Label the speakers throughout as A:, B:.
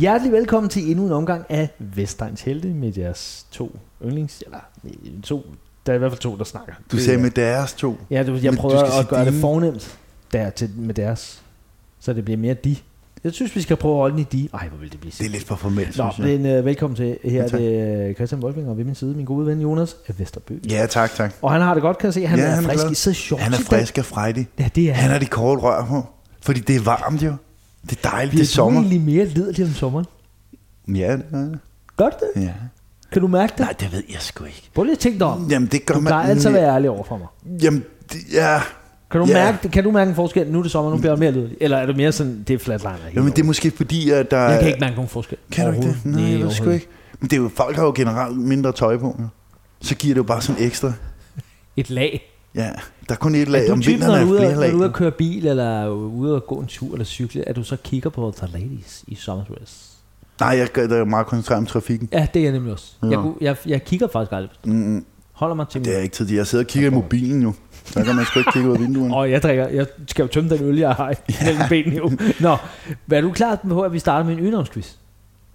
A: Hjertelig velkommen til endnu en omgang af Vestegns Helte med deres to yndlings, eller øh, to, der er i hvert fald to, der snakker.
B: Du sagde med deres to.
A: Ja, du, jeg
B: Men du
A: prøver
B: skal
A: at
B: sige
A: gøre det
B: dine.
A: fornemt der til, med deres, så det bliver mere de. Jeg synes, vi skal prøve at holde den i de. Ej, hvor vil det blive
B: Det er lidt for formelt,
A: Nå,
B: synes jeg.
A: men øh, velkommen til. Her
B: Ja,
A: er
B: tak.
A: det øh, Christian Wolfing, og ved min side, min gode ven Jonas af Vesterbø.
B: Ja, tak, tak.
A: Og han har det godt, kan jeg se. Han
B: Ja,
A: er
B: han er
A: frisk
B: glad.
A: i så sjovt.
B: Han er frisk og frejdig.
A: Ja, det er
B: Han har de korte rør på, fordi det er varmt jo. Det er dejligt, det er
A: Bliver du
B: sommer.
A: egentlig mere liderlig om sommeren?
B: Ja, det er det.
A: Gør du det?
B: ja.
A: Kan du mærke det?
B: Nej, det ved jeg sgu ikke.
A: Prøv lige at tænke dig om.
B: Jamen, det gør
A: Du
B: man...
A: plejer altid at være ærlig over for mig.
B: Jamen, det, ja...
A: Kan du,
B: Ja.
A: mærke, kan du mærke en forskel? Nu er det sommer, nu bliver jeg mere lydelig. Eller er det mere sådan, det er flatliner? hele
B: Jamen, det er
A: året?
B: måske fordi, at der...
A: jeg kan ikke mærke nogen forskel.
B: Kan du ikke det? Nej,
A: overhovedet.
B: jeg ved sgu
A: overhovedet
B: ikke. Men det er jo, folk har jo generelt mindre tøj på, jo. Så giver det jo bare sådan ekstra.
A: Et lag.
B: Ja, der er kun et lag.
A: er du
B: Om
A: typen,
B: vinteren
A: når
B: er
A: du, er ude,
B: flere
A: at- når
B: lag.
A: du er ude at køre bil, eller ude at gå en tur eller cykle, at du så kigger på The Ladies i Sommerdress?
B: Nej, jeg gør det er meget koncentreret om trafikken.
A: Ja, det er jeg nemlig også. Jeg,
B: Ja.
A: kunne- jeg, jeg kigger faktisk aldrig.
B: Mm,
A: Holder mig til
B: det er
A: min.
B: ikke tid til. Jeg sidder og kigger i mobilen jo. Så kan man sgu ikke kigge ud af vinduerne.
A: Og jeg drikker, jeg skal jo tømme den øl, jeg har i mellem benene jo. Nå, er du klar på, at vi starter med en yndlomsquiz?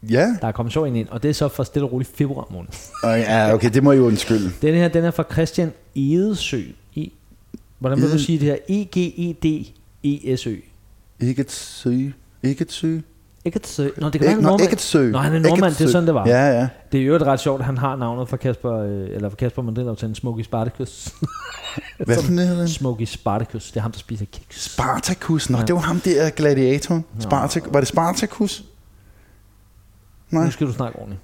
B: Ja,
A: Der er kommet så en ind, og det er så fra stille og roligt februar måned.
B: og, ja okay, det må jeg jo undskylde.
A: Den her, den er fra Christian Edesø. E. Hvordan vil du
B: Ede-
A: sige det her? E E-G-E-D-E-S-Ø.
B: Ikke et sø. Ikke et sø.
A: Ikke at sø. Nå, det kan være
B: Ikke,
A: en
B: nå,
A: nordmand.
B: ikke et sø.
A: Nå, han er en
B: Ikke et
A: nordmand, det er
B: sø.
A: sådan, det var.
B: Ja, ja.
A: Det er jo ret sjovt, at han har navnet fra Kasper, øh, eller fra Kasper Mandel til en Smoky Spartacus.
B: Hvad for hedder den?
A: Smoky Spartacus, det er ham, der spiser kiks.
B: Spartacus. Nå, det var ham der gladiator. Spartak- var det Spartacus? Nej.
A: Nu skal du snakke ordentligt.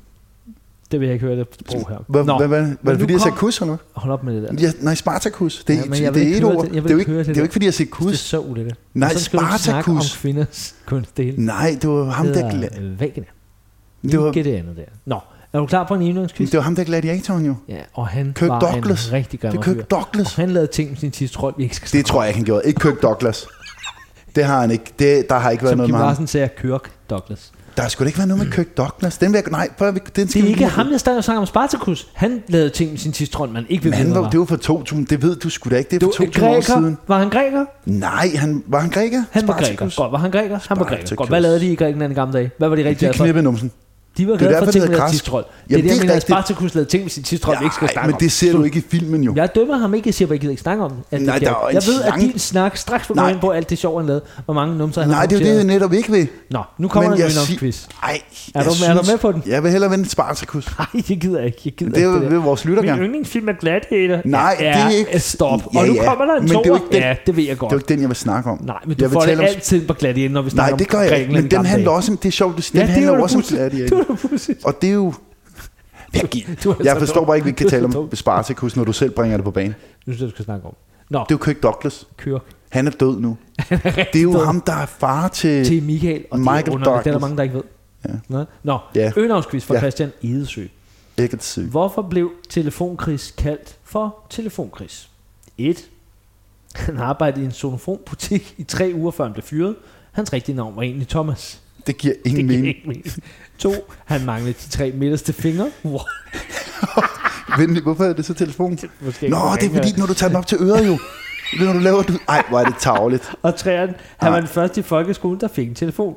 A: Det vil jeg ikke høre det sprog her.
B: Hvad, hvad, hvad, var
A: men
B: det
A: nu
B: fordi, jeg sagde
A: kom-
B: kus eller hvad?
A: Hold op med det der.
B: Ja, nej, Spartacus. Det,
A: Ja,
B: er
A: men jeg
B: det,
A: vil ikke
B: det er et
A: høre
B: ord.
A: det.
B: Det,
A: Jeg vil
B: det, er jo
A: ikke
B: ikke,
A: høre det
B: det er jo
A: der.
B: ikke fordi, jeg sagde
A: Det er
B: kus.
A: så ulækkert.
B: Nej,
A: Og så skal du snakke om
B: Spartacus.
A: kvinders kunst. Det hele.
B: Nej, det var ham der, gla-
A: hedder Vagina.
B: det var,
A: Ikke det andet der. Nå, er du klar på en indlægningsquiz?
B: det var ham der gladiatoren jo.
A: Ja, og han Kirk
B: Kirk
A: var Douglas.
B: Douglas.
A: en rigtig
B: Det
A: gammel
B: er
A: fyr.
B: Kirk Douglas.
A: Og han lavede ting med sin tidstrold, vi ikke skal
B: Det tror jeg ikke, han gjorde. Ikke Kirk Douglas. Det har han ikke. Det, der har ikke været
A: Som
B: noget
A: Kim
B: med ham.
A: Larsen sagde, Kirk Douglas.
B: Der skulle ikke være noget med Kirk Douglas. Den vil jeg, nej, prøv, at- den
A: Det
B: skal
A: er
B: vi
A: ikke
B: lige-
A: ham, jeg stadig og snakker om Spartacus. Han lavede ting med sin tidstrold, man ikke vil
B: Men han
A: vide,
B: var, det var for 2000. Det ved du sgu da ikke. Det er for 2000 år
A: græker.
B: siden.
A: Var han græker?
B: Nej, han, var han græker?
A: Han var
B: Spartacus.
A: græker. Godt, var han græker? Han var græker.
B: Spartacus.
A: Godt, hvad lavede de i Grækenland i gamle dage? Hvad var de rigtig
B: De
A: glade for?
B: knippede numsen.
A: De var
B: Det er
A: glade for
B: derfor,
A: ting
B: det
A: med
B: hedder
A: deres
B: græsk.
A: tidstrold. Det er det,
B: Jamen, det
A: jeg
B: er
A: mener, at
B: rigtigt.
A: Spartacus lavede ting med sin tidstrold, vi ikke skal
B: Nej,
A: snakke
B: men
A: om.
B: det ser du ikke i filmen jo.
A: Jeg dømmer ham ikke, jeg siger bare, jeg gider ikke snakke om alt
B: Nej,
A: det
B: der er jo en
A: Jeg ved, at
B: slange-
A: din snak straks var
B: Nej.
A: ind på alt det sjov, han lavede. Hvor mange numser han
B: Nej,
A: har
B: det er jo det, jeg
A: produceret.
B: netop ikke ved.
A: Nå, nu kommer
B: Men
A: der en
B: jeg sig-
A: yndlingsquiz.
B: Ej,
A: Er
B: jeg
A: du- er du med på den?
B: Jeg vil hellere vende Spartacus.
A: Nej, det gider jeg ikke. Jeg gider
B: Men det er jo
A: ikke det
B: ved
A: der.
B: vores lytter gerne.
A: yndlingsfilm er Gladiator.
B: Nej, det er ikke-
A: Stop.
B: Ja,
A: og nu
B: ja.
A: kommer der en
B: Men det er jo
A: toer.
B: ikke den-
A: Ja, det ved jeg godt.
B: Det er jo ikke den, jeg vil snakke om.
A: Nej, men du
B: jeg
A: får det
B: tale om-
A: altid på Gladiator, når vi snakker
B: Nej, det gør
A: om
B: jeg ikke.
A: Grækenland
B: Men
A: i
B: den
A: gamle
B: handler
A: dage.
B: også om, det er sjovt, du
A: Ja,
B: siger, den
A: det
B: handler
A: var
B: jo også om
A: pudsigt.
B: gladiator.
A: Det var da pudsigt.
B: Og det er jo... Jeg, gi-
A: Du er altså så
B: jeg forstår
A: dum.
B: bare ikke, vi
A: Du
B: kan
A: er
B: tale
A: så
B: om Spartacus, når du selv bringer det på banen. Det
A: Nu synes jeg, du skal snakke om. Nå,
B: er jo Kirk Douglas.
A: Kyrk
B: Han er død nu. Det er jo ham, der er far til...
A: til Michael og
B: Michael
A: det er underligt. Det er der
B: Douglas.
A: mange, der ikke ved.
B: Ja.
A: Nå, Nå.
B: Ja.
A: Øgenavnsquiz fra
B: Ja.
A: Christian Edesø.
B: Jeg kan se.
A: Hvorfor blev telefonkris kaldt for telefonkris? 1. Han arbejdede i en sonofonbutik i tre uger, før han blev fyret. Hans rigtige navn var egentlig Thomas.
B: Det giver
A: Det
B: ingen
A: giver
B: mening.
A: ikke mening. 2. Han manglede de tre midterste fingre. Wow,
B: Vent lige, hvorfor er det så telefonen?
A: måske ikke
B: Nå,
A: så
B: det er
A: ringe.
B: fordi, når du tager den op til øret jo. Det er, når du laver... Du... Ej, hvor er det tavligt.
A: Og 3. Han var
B: Ej.
A: den første i folkeskolen, der fik en telefon.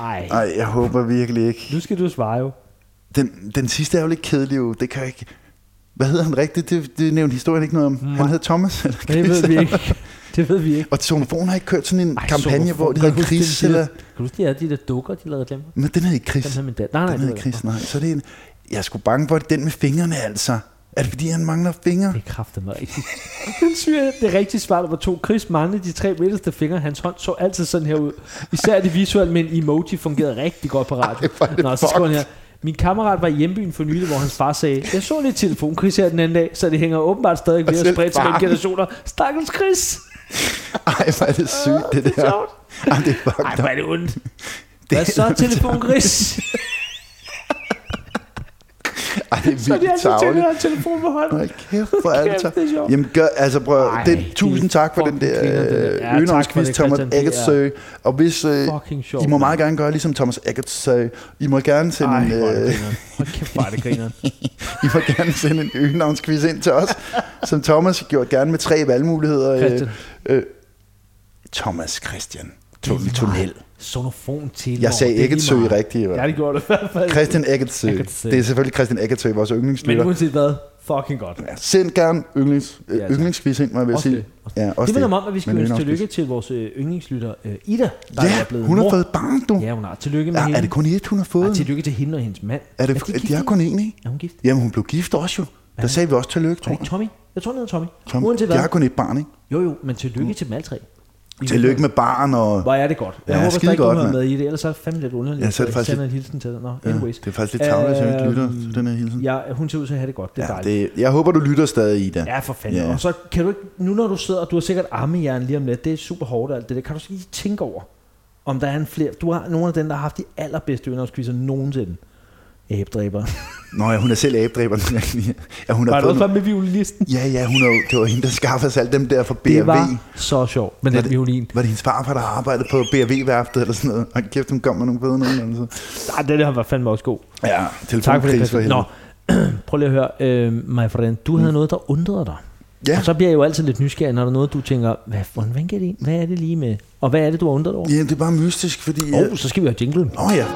A: Ej,
B: Ej, jeg håber virkelig ikke.
A: nu skal du svare jo.
B: Den, den sidste er jo lidt kedelig jo. Det kan jeg ikke... Hvad hedder han rigtigt? Det, det nævnte historien ikke noget om. Han hed Thomas. Eller
A: Men det ved vi ikke. Det ved vi ikke.
B: Og Sonofon har ikke kørt sådan en
A: Ej,
B: Ej, kampagne,
A: Sonofon.
B: hvor det
A: Kan du
B: hedder
A: huske
B: Chris,
A: den, de
B: eller...
A: der- Kan du huske, de havde de der dukker, de lavede glemmer?
B: Men den hedder Chris.
A: Dem havde min datter. Nej, nej,
B: den
A: det
B: hedder
A: ved jeg
B: Chris, nej. Så er det en... Jeg skulle bange for, at den med fingrene, altså. Er det fordi, han mangler fingre?
A: Det er kraftedeme rigtigt. Den syge, det rigtige svar, der var to. Chris manglede de tre midterste fingre. Hans hånd så altid sådan her ud. Især det visuelle, men emoji fungerede rigtig godt på radio.
B: Ej, hvor er det
A: Nå, så skriver han her.
B: fucked.
A: Min kammerat var i hjembyen for nylig, hvor hans far sagde, jeg så lidt telefonkris her den anden dag, så det hænger åbenbart stadig
B: Og
A: ved at
B: selv
A: spredt til mellem
B: faren.
A: generationer. Stakkels Chris!
B: Ej, hvor er det sygt, det
A: Det er
B: der.
A: sjovt.
B: Ej, det er fucked
A: Ej,
B: up.
A: hvor er det ondt. Hvad så, telefonkris?
B: Ej, det er
A: Så er de
B: virkelig
A: altid til at
B: tavligt.
A: have telefon på hånden.
B: Hold kæft, hvor er det
A: Kæft, det er
B: så.
A: sjovt.
B: Jamen, gør, altså prøv,
A: Ej,
B: Ej, den,
A: det er
B: tusind tak for den
A: fucking
B: der
A: griner, det der. Ja, tak for det,
B: øh, yndlingsquiz, Thomas
A: Christian. Det er
B: Eggertsø. Og hvis øh,
A: Fucking sjovt.
B: I må meget gerne gøre ligesom Thomas Eggertsø, I må gerne sende
A: Ej,
B: en,
A: hvor er det
B: øh,
A: grineren. Hold kæft, hvor er det grineren.
B: I må gerne sende en øgenavnsquiz ind til os, som Thomas gjorde gerne med tre valgmuligheder. øh,
A: Christian.
B: Øh, Thomas Christian Tunnel Tunnel.
A: Sonofon til.
B: Jeg sagde Egetsø rigtigt i hvert
A: Ja, det gjorde det i hvert fald.
B: fald. Christian Egetsø.
A: Eggertsø.
B: Det er selvfølgelig Christian Egetsø, vores
A: Men
B: yndlingslytter.
A: uanset hvad, fucking godt.
B: Ja, send gerne yndlings, øh,
A: Ja, tak.
B: yndlingsquiz ind, må jeg vil
A: Også
B: sige.
A: det. Også
B: Ja,
A: det minder mig om, at vi skal
B: Men
A: ønske
B: yndlings-
A: tillykke til vores øh, yndlingslytter øh, Ida, der
B: Ja,
A: er blevet
B: hun har
A: mor.
B: fået barn, du.
A: Ja, hun har. Tillykke med
B: Ja,
A: hende.
B: er det kun et, hun har
A: Ej,
B: fået?
A: tillykke til hende og hendes mand.
B: Er det,
A: de
B: er
A: gift
B: de er
A: nu?
B: kun en, ikke?
A: Er hun gift?
B: Jamen, hun blev gift også jo. Der sagde vi også tillykke,
A: Er
B: tror
A: det ikke
B: jeg.
A: Tommy? Jeg tror, det hedder Tommy.
B: Tom,
A: Uanset
B: de
A: hvad.
B: har kun et barn, ikke?
A: Jo, jo, men tillykke til dem alle tre. I
B: Tillykke med barn og...
A: Hvor er det godt. Jeg
B: Ja,
A: håber, der
B: skide
A: ikke
B: godt,
A: kommer
B: mand.
A: med i det, ellers er det fandme lidt underligt.
B: Ja, så er det
A: Jeg
B: faktisk
A: sender en hilsen til dig. Nå,
B: Ja,
A: anyways.
B: det er faktisk lidt tavligt, at jeg ikke lytter
A: Øhm,
B: til den her hilsen.
A: Ja, hun ser ud til at have det godt. Det er
B: Ja,
A: dejligt.
B: det, jeg håber, du lytter stadig, Ida.
A: Ja, for fanden.
B: Ja.
A: Og så kan du ikke, nu når du sidder, og du har sikkert armejern lige om lidt, det er super hårdt og alt det der, kan du så lige tænke over, om der er en flere, du har nogle af dem, der har haft de allerbedste yndlingsquizzer nogensinde. Æbdræber.
B: Nå ja, hun er selv æbdræberen. ja, hun
A: Var
B: har
A: det
B: fået
A: også bare med violinisten?
B: Ja, ja, hun er, jo- det var hende, der skaffede os alle dem der fra B&V.
A: Det var så sjovt med
B: Var
A: den
B: det-
A: violin.
B: Var det hendes farfar, der arbejdede på B&V-værftet eller sådan noget? Og kæft, hun kom med nogle bedre nogen. Altså.
A: Ej, den der var fandme også god.
B: Ja,
A: Tak for det,
B: telefonkris for
A: Christian. Nå,
B: helvede.
A: prøv lige at høre, øh, my friend, du havde noget, der undrede dig.
B: Ja.
A: Og så bliver jeg jo altid lidt nysgerrig, når der er noget, du tænker, hvad, hvordan, hvordan kan det, hvad er det lige med? Og hvad er det, du har undret dig over?
B: Ja, det er bare mystisk, fordi...
A: Åh,
B: øh,
A: oh, så skal vi have jinglen.
B: Nå ja.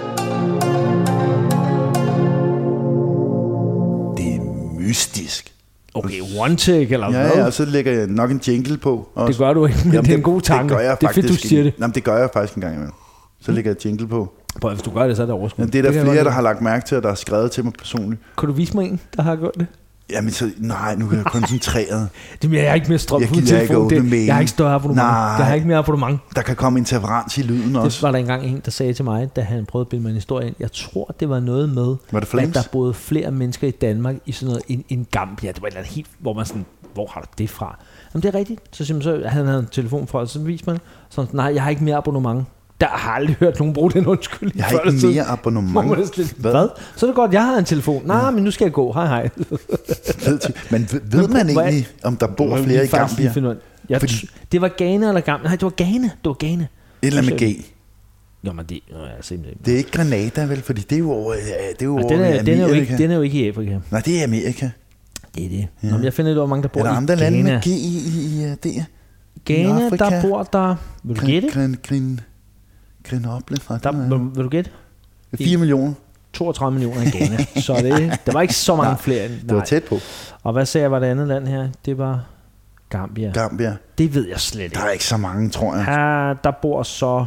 B: Det er mystisk.
A: Okay, one take eller
B: Ja,
A: hvad?
B: ja, og så lægger jeg nok en jingle på. Også.
A: Det gør du ikke, men det er en god tanke.
B: Det, gør jeg
A: det er fedt, du
B: faktisk
A: siger
B: en-
A: det.
B: Jamen, det gør jeg faktisk en gang imellem. Så lægger jeg jingle på.
A: Prøv, hvis du gør det, så er det overskud.
B: Men det er der
A: kan jeg
B: flere,
A: godt
B: der har lagt mærke til, og der har skrevet til mig personligt.
A: lide. Kan du vise mig en, der har gjort det?
B: Jamen, så, nej, nu er jeg koncentreret.
A: Det jeg har ikke mere strøm
B: Jeg
A: på min
B: gider ikke
A: telefon.
B: åbne
A: Det,
B: mailen.
A: jeg har ikke større abonnement.
B: Nej.
A: Jeg har ikke mere abonnement.
B: Der kan komme interferens i lyden
A: Det
B: også.
A: var der engang en, der sagde til mig, da han prøvede at bilde mig en historie ind. Jeg tror, det var noget med,
B: Var det
A: at
B: Flames?
A: der boede flere mennesker i Danmark i sådan noget, en, en Gambia. Det var et eller andet helt, hvor man sådan, hvor har du det fra? Jamen det er rigtigt. Så siger man så, han havde en telefon fra, og så viste man, så nej, jeg har ikke mere abonnement. Der har aldrig hørt nogen bruge den undskyldning.
B: Jeg har
A: før
B: ikke
A: eller siden.
B: mere
A: Hvor man er
B: abonnement.
A: sådan lidt, Hvad? Så er det godt, jeg har en telefon. Nej, men nu skal jeg gå. Hej, hej.
B: Ved til- Men ved, ved
A: Men
B: man
A: hvor-
B: egentlig, om der bor flere i Gambia? Et
A: Jeg
B: Fordi-
A: t- det var Ghana eller Gambia. Nej, det var Ghana. Det var Ghana.
B: eller andet med G.
A: Jo, men det øh, er simpelthen...
B: Det er ikke Granada, vel? Fordi det er jo over, ja, det er jo
A: Og
B: over
A: Altså, den, er,
B: Amerika.
A: den, er jo ikke, den er jo ikke i Afrika.
B: Nej, det er Amerika.
A: Det er det. Nå, men jeg finder ud af, hvor mange der bor
B: Er der
A: i
B: andre lande
A: Ghana.
B: med G i, i, i øh, det?
A: Ghana,
B: Afrika?
A: der bor der... Vil du gætte?
B: Gren, gren, Grenoble fra
A: Der,
B: den,
A: vil, vil du gætte?
B: øh, 4 millioner.
A: 32 millioner i Ghana. så det, der var ikke så mange flere. end-
B: Det var
A: Nej.
B: tæt på.
A: Og hvad sagde jeg var det andet land her? Det var Gambia.
B: Gambia.
A: Det ved jeg slet
B: Der
A: ikke.
B: er ikke så mange, tror jeg.
A: Her, der bor så 2,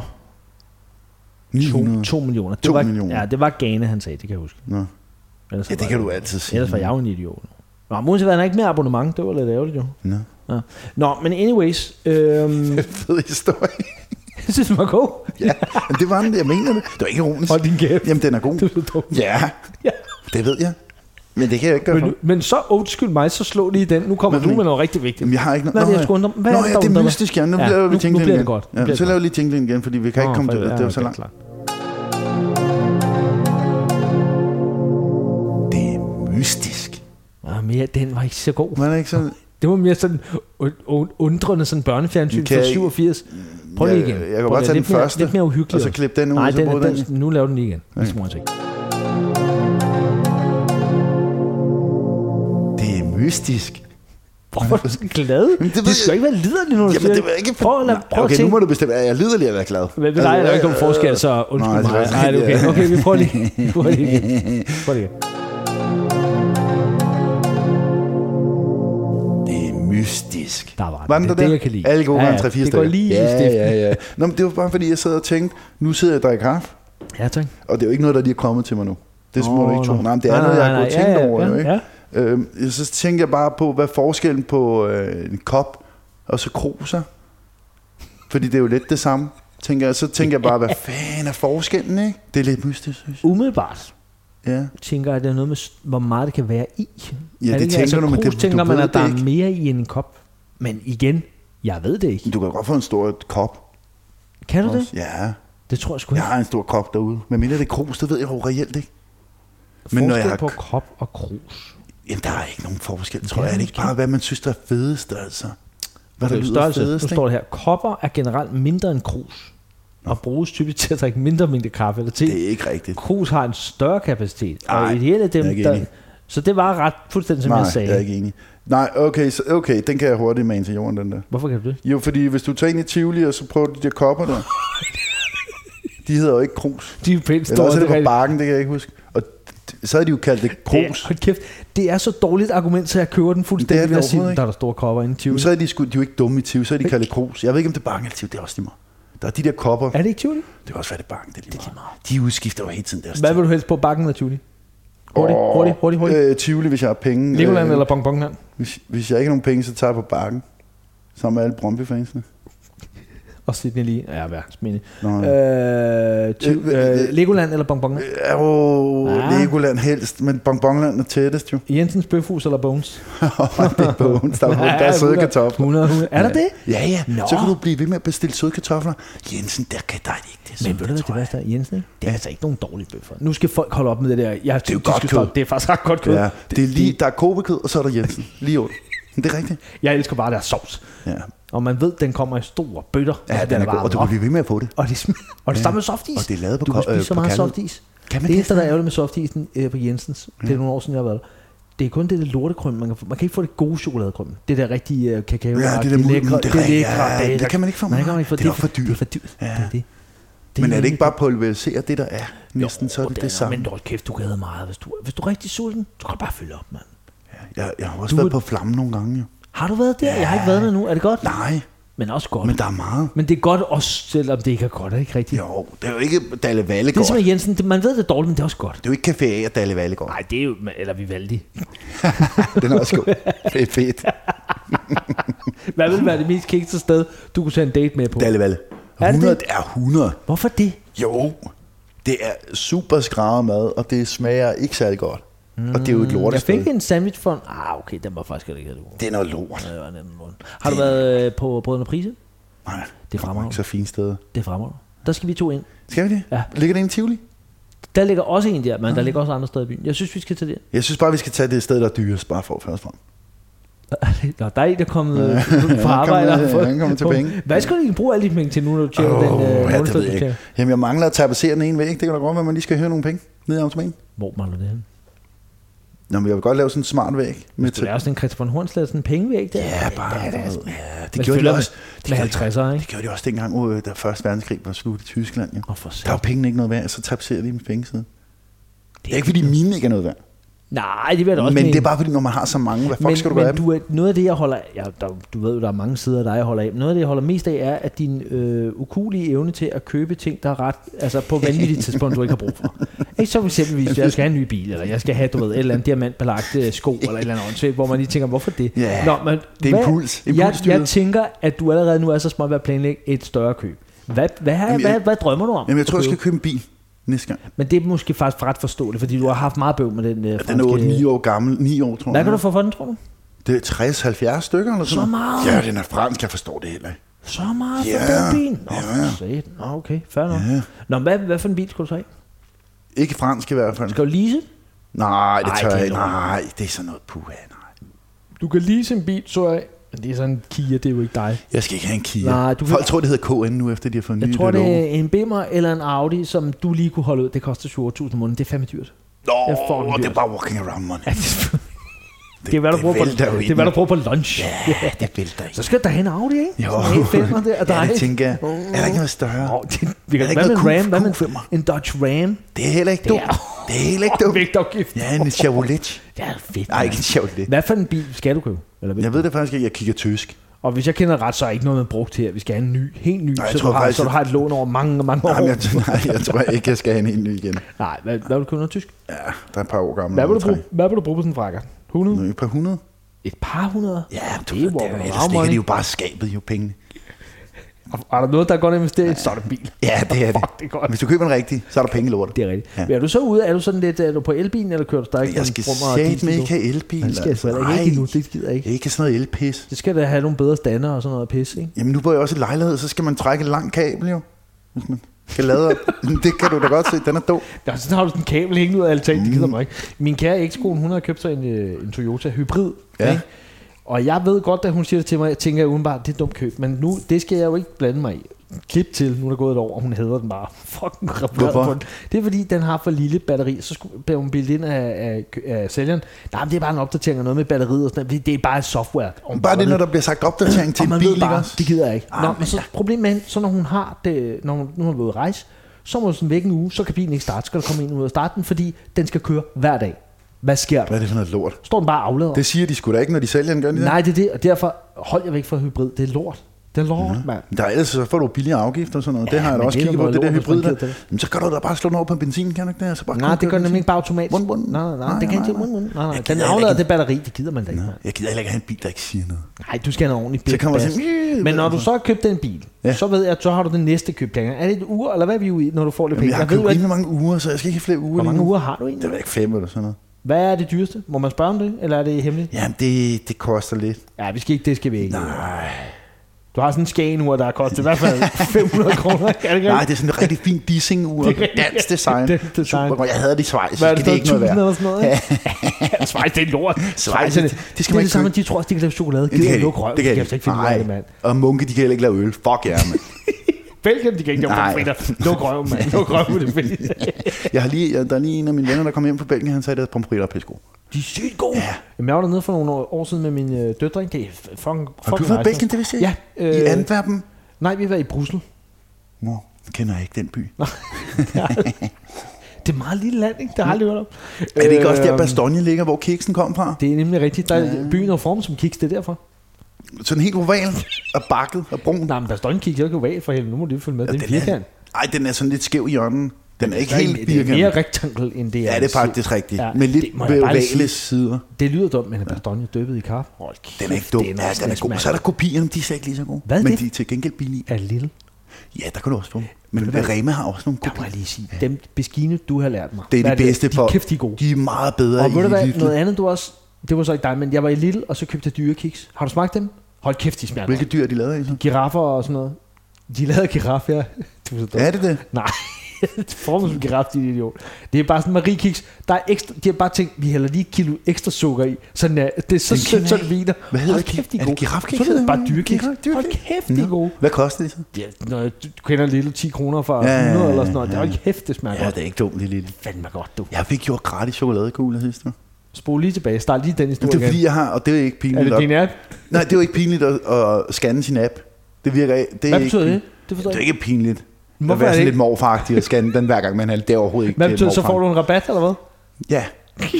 B: 900.
A: 2 millioner. Det
B: To
A: var,
B: millioner.
A: Ja, det var Ghana, han sagde, det kan jeg huske.
B: Nå.
A: Ellers
B: Ja,
A: var
B: det kan du altid sige.
A: Ellers var jeg jo en idiot. Nå, men uanset hvad, han har ikke mere abonnement. Det var lidt ærgerligt jo.
B: Nå.
A: Ja. Nå, men anyways. Øhm,
B: Fed historie.
A: jeg synes, den var god.
B: ja, men det var den. Jeg mener det. Det var ikke ironisk.
A: Hold din kæft.
B: Jamen, den er god.
A: Det var dumt.
B: Ja,
A: Ja.
B: det ved jeg. Men det kan jeg ikke gøre
A: Men,
B: for.
A: nu- men så undskyld mig, så slå lige den. Nu kommer
B: Men-
A: du med noget rigtig vigtigt.
B: Jamen, jeg har ikke noget.
A: Hvad er det,
B: Nå,
A: jeg skulle undre mig? Hvad
B: Nå,
A: er det,
B: ja,
A: der
B: det er
A: undrer mig?
B: mystisk, ja. Nu
A: Ja,
B: laver
A: nu-
B: vi
A: nu
B: jinglen
A: bliver det
B: igen.
A: godt. Nu
B: Ja,
A: bliver
B: så
A: det
B: laver vi lige jinglen igen, fordi vi kan ikke komme til det. Det var så langt. Det er mystisk.
A: Ja, men ja, den var ikke så god.
B: Var det ikke sådan?
A: Det var mere sådan und- und- undrende sådan børnefjernsyn
B: Kan
A: fra
B: jeg-
A: 87. Prøv lige
B: Jeg-
A: igen.
B: jeg kan
A: Prøv
B: bare
A: lige.
B: tage den
A: Lidt mere-
B: første,
A: Lidt mere uhyggelig.
B: og så klippe den ud,
A: Nej,
B: og så
A: den,
B: bruge
A: den,
B: den.
A: nu laver den lige igen. altså Okay. Små ting.
B: Det er mystisk.
A: Hvorfor er du så glad?
B: ved
A: Det,
B: jeg-
A: det skal ikke være liderligt, når du
B: Jamen,
A: siger
B: det var ikke...
A: Prøv at, lade,
B: Nej,
A: prøv at
B: okay, nu
A: tænke.
B: må du bestemme. Er jeg liderlig eller glad?
A: Men ved dig er der jo ikke nogen
B: øh,
A: forskel, så undskyld
B: nej, det er
A: mig.
B: også
A: Nej, det er okay.
B: rigtigt, ja.
A: Okay, vi prøver lige. Vi prøver lige. igen. Vi prøver lige. igen.
B: Det er mystisk.
A: Der var den.
B: Var den
A: Det er
B: der?
A: det, jeg kan lide.
B: Alle gode
A: Ja,
B: ja,
A: ja.
B: ja. 3-4
A: Det går lige i
B: ja,
A: stiften.
B: Ja, ja, Nå, men det var bare fordi, jeg sad og tænkte, nu sidder jeg og drikker kaffe,
A: Ja, tak.
B: og det er jo ikke noget, der lige er kommet til mig nu. Det
A: Åh,
B: må du ikke tro.
A: nå.
B: Nej, men det er
A: Nej,
B: noget,
A: nej,
B: jeg har
A: nej,
B: gået
A: nej.
B: og
A: Ja,
B: tænkt
A: ja,
B: over. jo,
A: ja,
B: ikke? Øhm, så tænkte jeg bare på, hvad er forskellen på øh, en kop og så kruser? Fordi det er jo lidt det samme. Tænker, jeg. så tænker jeg bare, hvad fanden er forskellen, ikke? Det er lidt mystisk, synes jeg.
A: Umiddelbart
B: Ja,
A: tænker jeg, at det er noget med, s- hvor meget det kan være i.
B: ja
A: Er
B: det,
A: ikke-
B: tænker du, men
A: krus
B: det,
A: tænker
B: du
A: man,
B: ved
A: at der
B: det
A: er
B: ikke.
A: mere i en kop. Men igen, jeg ved det ikke.
B: Du kan godt få en stor kop.
A: Kan du det?
B: Også. Ja,
A: Det tror jeg sgu
B: jeg
A: ikke.
B: har en stor kop derude. Men mindre det er krus, det ved jeg jo reelt ikke.
A: Men
B: Men når
A: Forskel
B: jeg
A: på
B: har,
A: krop og krus.
B: jamen, der er ikke nogen forskel, tror
A: Ja,
B: jeg. Er det ikke
A: måske.
B: bare, hvad man synes, der er fedest, altså?
A: Det
B: Hvad der
A: er jo
B: lyder
A: størrelse. Nu
B: fedest,
A: står det her. Kopper er generelt mindre end krus. Og bruges typisk til at drikke mindre mængde kaffe eller te.
B: Det er ikke rigtigt.
A: Krus har en større kapacitet.
B: Ej,
A: og i det hele er dem,
B: jeg er ikke
A: der,
B: enig.
A: Så det var ret fuldstændig, som
B: Nej,
A: jeg sagde.
B: jeg er ikke enig. Nej, okay, så, okay, den kan jeg hurtigt mane til jorden, den der.
A: Hvorfor kan du det?
B: Jo, fordi hvis du tager ind i Tivoli, og så prøver du de der kopper der. De hedder jo ikke Krus.
A: De er jo pænt
B: Eller
A: store.
B: også er
A: det er
B: det på
A: rigtigt.
B: Bakken, det kan jeg ikke huske. Og d- så havde de jo kaldt det
A: Det er-
B: Krus.
A: Hold kæft, det er så dårligt argument, så jeg kører den
B: Det er
A: fuldstændig
B: det
A: ved at sige,
B: overhovedet ikke.
A: der er der store kopper inde i Tivoli.
B: Men så er de, sgu, de er jo ikke dumme i Tivoli, så er de kaldt det Krus. Jeg ved ikke, om det er Bakken eller Tivoli, det er også lige meget. Der er de der kopper.
A: Er det ikke Tivoli?
B: Det kan også være, det er Bakken, det er lige meget. De udskifter jo hele tiden deres
A: Hvad vil du helst på bakken eller Tivoli? Hurtigt,
B: Åh,
A: hurtigt, hurtigt, hurtigt.
B: Øh, Tivoli, hvis jeg har penge.
A: Legoland
B: Øh,
A: eller Bongbongland?
B: Hvis, hvis jeg ikke har nogen penge, så tager jeg på Bakken. Sammen med alle Brøndby-fansene.
A: Og Sydney lige. Ja, hvad? Smidig.
B: Nå, øh,
A: Øh, Tiv-
B: Øh, øh,
A: øh, Legoland eller Bongbongland?
B: jo,
A: Ah.
B: Legoland helst, men Bonbonland er tættest jo.
A: Jensens Bøfhus eller Bones?
B: det er bones, der er, ja, der er søde
A: 100,
B: kartofler.
A: 100, 100. Er der det?
B: Ja, ja.
A: Nå.
B: Så kan du blive ved med at bestille søde kartofler. Jensen, der kan dig ikke det.
A: Men ved du, hvad det værste er? Jensen, ikke? det er altså ikke nogen dårlige bøffer. Nu skal folk holde op med det der. Jeg, det
B: er jo godt kød.
A: Det er faktisk ret godt kød.
B: Ja, det er lige, der er kobekød, og så er der Jensen. Lige under. Men Det er rigtigt.
A: Jeg elsker bare deres sovs.
B: Ja,
A: Og man ved, den kommer i store bøtter. Altså,
B: ja
A: og så
B: den
A: bliver
B: er
A: der
B: god, og
A: varmet
B: du
A: op.
B: kan blive ved med at få det.
A: Og det, smager, og det
B: Ja.
A: samme med softis.
B: Og det er lavet på
A: Du kan
B: ko- øh,
A: spise så
B: på
A: meget
B: kaldet.
A: softis.
B: Kan man
A: det
B: det?
A: eneste, der er ærgerligt med softisen øh, på Jensens, det er nogle år siden, jeg har været der, det er kun det der lortekrøm, man kan få. Man kan ikke få det gode chokoladekrøm. Det der rigtige øh, kakao.
B: Ja, det der
A: det
B: muld-
A: lækre,
B: det
A: det, det
B: rigtige,
A: lækre.
B: ja,
A: dage,
B: det
A: der-
B: kan man ikke få
A: Nej, det
B: meget.
A: kan man ikke få.
B: Det er nok for dyrt.
A: Det er for dyrt. Ja.
B: Ja.
A: Det er det. det
B: Men er det ikke
A: lidt-
B: bare pulverisere det, der er? Næsten så er
A: Jo,
B: det det samme.
A: Men hold kæft, du kan have meget. Hvis du, hvis du er rigtig sulten, så kan du bare fylde op, mand.
B: Jeg, jeg har også
A: Du-
B: været på flammen nogle gange jo.
A: Har du været der? Jeg har ikke været der nu. Er det godt?
B: Nej,
A: Men også godt.
B: men
A: Men,
B: der er meget.
A: men det er godt også, selvom det ikke er godt. Er det ikke rigtigt?
B: Jo, det er jo ikke Dalle Valle
A: det er
B: godt.
A: som med Jensen. Det, man ved, det er dårligt, men det er også godt.
B: Det er jo ikke Café A og Dalle Valle godt.
A: Nej, det er jo... Eller Vivaldi.
B: Den er også god. Det er fedt.
A: Hvad ville være det mest kiksede sted, du kunne tage en date med på?
B: Dalle Valle.
A: Er det
B: 100
A: det?
B: er 100.
A: Hvorfor det?
B: Jo, det er super skravet mad, og det smager ikke særlig godt. Og det er jo et
A: Mm, Jeg
B: lortested.
A: fik en sandwich for en... Ah, okay, den var faktisk heller ikke helt god.
B: Det er noget lort.
A: Det var en anden måde. Har du været øh, på Brødrene Prise?
B: Nej,
A: Det er fremragende.
B: Ikke så fint sted.
A: Det er fremragende. Der skal vi to ind.
B: Skal vi det?
A: Ja.
B: Ligger det inde i Tivoli?
A: Der ligger også en der, men der ligger også andre steder i byen. Jeg synes, vi skal tage det.
B: Jeg synes bare, vi skal tage det sted, der er dyrest, bare for først frem.
A: Nå, der er en, der er kommet øh, fra
B: han
A: arbejde.
B: kommer-
A: og har fået-
B: han kommer til penge.
A: Hvad skal du egentlig bruge alle dine penge til nu, når du tjener den øh,
B: ja, det
A: månedsløn,
B: ved
A: du
B: jeg ikke.
A: tjener?
B: Jamen, jeg mangler at tapassere den ene væg. Det kan da godt være, at man lige skal høre nogle penge ned i automaten.
A: Hvor mangler det henne?
B: Nå, men jeg vil godt lave sådan en smart væg. Med
A: Du laver sådan en Christopher Hornslet, sådan en pengevæg der.
B: Ja, bare ja, det, ja, det
A: altså. Men
B: gjorde
A: følger
B: de også.
A: med-
B: Det
A: med
B: gjorde, de-
A: 50'ere, ikke?
B: det gjorde de også dengang, uh, da Første Verdenskrig var slut i Tyskland. Jo.
A: Åh, for
B: Der var
A: satan.
B: pengene ikke noget værd, så tapserer de med penge siden. Det er ikke fordi mine ikke er noget værd.
A: Nej, det vil jeg da også
B: Men det
A: mene.
B: er bare fordi, når man har så mange, hvad fuck
A: men,
B: skal du
A: men
B: gøre af dem?
A: du er, noget af det, jeg holder af, ja, der, du ved jo, der er mange sider af dig, jeg holder af, men noget af det, jeg holder mest af, er, at din øh, ukulige evne til at købe ting, der er ret, altså på vanvittige tidspunkt, du ikke har brug for. Ikke som eksempelvis, jeg skal have en ny bil, eller jeg skal have, du ved, et eller andet diamantbelagt øh, sko, eller et eller andet åndssvagt, hvor man lige tænker, hvorfor det?
B: Ja,
A: men,
B: det er impuls.
A: Jeg,
B: Impulsstyret.
A: jeg tænker, at du allerede nu er så smart ved at planlægge et større køb. Hvad, hvad, hvad,
B: Jamen, jeg-
A: hvad, hvad drømmer du om?
B: Jamen, jeg
A: at
B: tror, jeg skal
A: købe?
B: købe en bil næste gang.
A: Men det er måske faktisk ret forståeligt, fordi du har haft meget bøv med den øh,
B: Ja, Den er 8-9 år gammel. 9 år, tror jeg.
A: Hvad kan du få for den, tror du?
B: Det er 60-70 stykker eller sådan
A: Så
B: noget.
A: meget?
B: Ja, den er fransk, jeg forstår det heller ikke.
A: Så meget
B: Ja,
A: for den bil? Nå,
B: ja.
A: ja. Nå okay, fair nok.
B: Ja.
A: Nå, hvad, hvad for en bil skulle du så have?
B: Ikke fransk i hvert fald.
A: Skal du lease?
B: Nej, det
A: Ej,
B: tør
A: det er
B: jeg ikke.
A: lort.
B: Nej, det er sådan noget puha, nej.
A: Du kan lease en bil, så jeg. Men det er sådan en Kia, det er jo ikke dig.
B: Jeg skal ikke have en Kia.
A: Nej, du kan-
B: Folk tror, det hedder KN nu, efter de har fået
A: Jeg
B: nye
A: tror, det
B: logo.
A: er en Bimmer eller en Audi, som du lige kunne holde ud. Det koster 28.000 om måneden. Det er fandme dyrt. Jeg får den
B: Nå, det er
A: dyrt.
B: bare walking around money.
A: Ja, det, er- det, er, hvad du bruger på,
B: vælter jo
A: det
B: ind.
A: er, hvad du bruger på lunch.
B: Ja, det vælter ikke.
A: Så skal der hen en Audi, ikke?
B: Jo,
A: Sådan en femmer der, og der
B: ja,
A: er
B: det
A: ikke-
B: tænker jeg. Er der ikke noget større?
A: Åh, det- vi kan-
B: Er der
A: Hvad
B: ikke
A: med en
B: noget
A: Ram? Hvad med
B: Q5'er?
A: en Dodge Ram?
B: Det er heller ikke dumt.
A: er-
B: Det er heller ikke dumt.
A: Vægtafgift.
B: Ja, en Chevrolet.
A: Det er fedt.
B: Nej,
A: mand.
B: ikke en Chevrolet.
A: Hvad for en bil skal du købe? Eller vil
B: Jeg ved det faktisk ikke, jeg kigger tysk.
A: Og hvis jeg kender ret, så er ikke noget med brugt her. Vi skal have en ny, helt ny,
B: Nej, jeg
A: så, du
B: tror
A: har,
B: faktisk,
A: så du
B: at-
A: har et lån over mange, mange år.
B: Nej, men jeg, nej, jeg tror ikke, jeg skal have en helt ny igen.
A: Nej, hvad, hvad vil du købe noget tysk?
B: Ja, der er et par år gammel.
A: Hvad vil, du
B: træ.
A: bruge, hvad vil du bruge på sådan en frakker? 100?
B: Nå, et par hundrede?
A: Et par hundrede?
B: du
A: det er walking
B: ellers
A: around
B: ligger
A: money.
B: de jo bare i skabet jo pengene.
A: Og Er der noget, der er godt at investere i, så er det en bil.
B: Ja, det er det.
A: Fuck, det er godt.
B: Hvis du køber en rigtig, så er der penge i lortet.
A: Det er rigtigt.
B: Ja.
A: Ja. Men er du så ude? Er du sådan lidt, er du på elbilen, eller kører du stadig?
B: Jeg skal satme ikke have elbil.
A: Nej, det skal jeg sgu heller ikke. Ikke nu, det gider jeg ikke.
B: Ikke sådan noget elpis.
A: Det skal da have nogle bedre stander og sådan noget pis, ikke?
B: Jamen nu bor jeg også i lejlighed, så skal man trække et langt kabel jo. Hvis man skal lade op. det kan du da godt se, den er dum.
A: Ja, så har du sådan en kabel hængende ud af altanen, det
B: Mm.
A: gider mig ikke. Min kære ekskone, hun har købt sig en, øh, en Toyota Hybrid.
B: Ja.
A: Ikke? Og jeg ved godt, da hun siger det til mig, jeg tænker udenbart, det er et dumt køb, men nu, det skal jeg jo ikke blande mig i. Klip til, nu er der gået et år, og hun hader den bare. Fucking repareret
B: Hvorfor?
A: på den. Det er fordi, den har for lille batteri, så skulle bliver hun bildet ind af, af, kø- af sælgeren. Nej, men det er bare en opdatering af noget med batteriet og sådan noget. Det er bare software. om
B: Bare det,
A: batteriet.
B: når der bliver sagt opdatering til
A: Og
B: en
A: man
B: bil,
A: ved
B: ikke
A: bare,
B: også?
A: det gider jeg ikke.
B: Ah,
A: Nå,
B: men
A: men så problemet er, så når hun har det, når hun, nu har hun været ude at rejse, Så må du sådan væk en uge, så kan bilen ikke starte. Så skal du komme ind og ud og starte den, fordi den skal køre hver dag. Hvad sker
B: Hvad
A: der?
B: er det for noget lort?
A: Står den bare og aflader?
B: Det siger de sgu da ikke, når de sælger den, gør de det?
A: Nej, det er det, og derfor hold jeg væk fra hybrid. Det er lort. Det er lort, mand.
B: Der er ellers, så får du billigere afgifter og sådan noget. Ja, det har jeg da
A: men
B: også
A: det er da
B: kigget på, det der
A: noget lort,
B: hybrid
A: hvis man
B: der.
A: gider det.
B: Jamen, så kan du da bare slå den over på benzin, kan du ikke det? Og Så bare
A: Nej,
B: kun
A: det
B: køre
A: gør den
B: benzin.
A: nemlig ikke bare automatisk.
B: Vun, vun.
A: Nej, nej, nej,
B: Nej,
A: det kan
B: nej,
A: ikke.
B: nej.
A: Vun, vun. Nej, nej.
B: Jeg
A: Den
B: gider
A: aflader
B: ikke.
A: det batteri, det gider man da ikke.
B: Nå,
A: mand.
B: Jeg gider heller ikke have en bil, der ikke siger noget.
A: Nej, du skal have en ordentlig bil.
B: Så kommer man sådan,
A: Men når du så har købt den bil,
B: Ja.
A: ja. så ved jeg, at så har du den næste købt længere. Er det et ur, eller hvad er vi ude i, når du får lidt
B: Jamen,
A: penge?
B: jeg har
A: ved jo
B: købt
A: ikke,
B: rimelig mange uger, så jeg skal ikke have flere uger
A: hvor
B: lige
A: mange
B: nu.
A: uger har du
B: Det
A: egentlig?
B: var ikke fem eller sådan noget.
A: Hvad er det dyreste? Må man spørge om det, eller er det hemmeligt?
B: Jamen, det, det koster lidt.
A: Ja, vi skal ikke, det skal vi ikke.
B: Nej.
A: Du har sådan en skænur, der har kostet i hvert fald 500 kroner. Er det ikke
B: Nej, det er sådan et rigtig fint dissing-ur.
A: Det er rigtigt.
B: Dansk design.
A: Dansk design.
B: Super, godt. jeg havde det i Schweiz, så
A: Hvad er det,
B: skal det ikke
A: der er
B: noget
A: 1000
B: være.
A: eller sådan noget? ikke? Schweiz, det er lort. Schweiz, det,
B: det- det
A: det,
B: skal
A: skal
B: man
A: det,
B: ikke
A: det samme, de tror også, de kan lave chokolade. Giv dem lukke røven, de kan altså ikke finde ud af det, mand.
B: Og munke, de kan heller ikke lave øl. Fuck jer, yeah, mand.
A: Belgien, de kan ikke lave
B: Nej.
A: pomfritter. Luk røven, mand. Luk røven med det fælde.
B: Jeg har lige, jeg- der er lige en af mine venner, der kom hjem fra Belgien, han sagde, at pomfritter er pisse gode.
A: De er sygt gode. Ja. Jamen, jeg var dernede for nogle år, år siden med min øh, døtre. ikke? Det er f- fucking
B: Har du
A: fucking
B: været
A: nice.
B: i Belgien, det vidste jeg ikke?
A: Ja,
B: I
A: øh,
B: Antwerpen?
A: Nej, vi var i Bruxelles.
B: Nå, kender jeg ikke den by.
A: Det er et meget lille land, ikke? Det har jeg aldrig hørt om.
B: Er det ikke også der,
A: Øhm,
B: Bastogne ligger, hvor kiksen kom fra?
A: Det er nemlig rigtigt. Der er byen og form som kiks, det er derfor.
B: Sådan helt oval og bakket og brun.
A: Nej, men der står en kiks, jeg kan jo af for helvede. Nu må det følge med. Det er en
B: den er,
A: firkant.
B: ej, den er sådan lidt skæv i hjørnen. Den er ikke helt
A: Det er
B: firkantet.
A: mere rektankel, end det er.
B: Ja, det er faktisk rigtigt.
A: Ja,
B: Med lidt
A: det må jeg bare lige sige.
B: ovale sider.
A: Det lyder dumt, men en bastogne dyppet i kaffe. Hold kæft,
B: Den er ikke dum.
A: det
B: Ja,
A: nice,
B: den er
A: det
B: god.
A: smager.
B: Så er der kopierne, de er slet ikke lige så gode.
A: Hvad er
B: Men
A: det?
B: de er til gengæld billige.
A: Er lille.
B: Ja, der kan du også få. dem. Men Rema har også nogle
A: Der må
B: kopier.
A: jeg lige sige. Dem beskine, du har lært mig.
B: Det er
A: Hvad
B: de bedste
A: de
B: for.
A: Kæft, de er gode.
B: De er meget bedre
A: Og
B: i
A: ved du hvad,
B: Lidl.
A: noget andet du også, det var så ikke dig, men jeg var i Lille, og så købte jeg dyrekiks. Har du smagt dem? Hold kæft, de smager
B: Hvilke
A: Hvilket?
B: dyr er de lavet i så?
A: Giraffer og sådan noget. De lavede giraffer. Ja. Du er så dum.
B: Er det det?
A: Nej, det former som giraf, din idiot. Det er bare sådan Marie Kiks. Der er ekstra, de har bare tænkt, vi hælder lige et kilo ekstra sukker i. Sådan er, det er så
B: Den
A: sødt,
B: kender
A: så
B: jeg
A: det viner.
B: Hvad hedder
A: Hold
B: det?
A: kæft, de
B: Er det
A: gode.
B: girafkiks,
A: Så er det
B: eller
A: bare
B: hvad?
A: dyrekiks.
B: Giraf- dyrkiks.
A: Hold kæft, de er gode.
B: Hvad koster de så?
A: Ja, når du kender en lille 10 kroner for
B: Ja, ja, ja,
A: 100 eller sådan noget. Det
B: ja.
A: er hold kæft, det smager
B: Ja,
A: godt.
B: det er ikke dumt, det lille.
A: Fandme godt, du.
B: Jeg fik gjort gratis chokoladekugler sidste år.
A: Spol lige tilbage. Start lige den
B: Det
A: historie
B: er fordi,
A: igen.
B: jeg har, og det er ikke
A: Er
B: pinligt.
A: det
B: at-
A: din app?
B: Nej, det er jo ikke pinligt at, at scanne sin app. Det virker ikke. Det er
A: Hvad
B: ikke
A: betyder det?
B: pinligt.
A: Det
B: Det
A: forstår
B: er
A: jeg
B: ikke pinligt. Hvorfor
A: Hvorfor
B: det er
A: er det
B: sådan lidt
A: ikke-
B: morfagtigt at scanne den hver gang, man har det. er overhovedet ikke
A: Hvad
B: øh,
A: betyder det, så får
B: morfagtigt.
A: du en rabat, eller hvad?
B: Ja,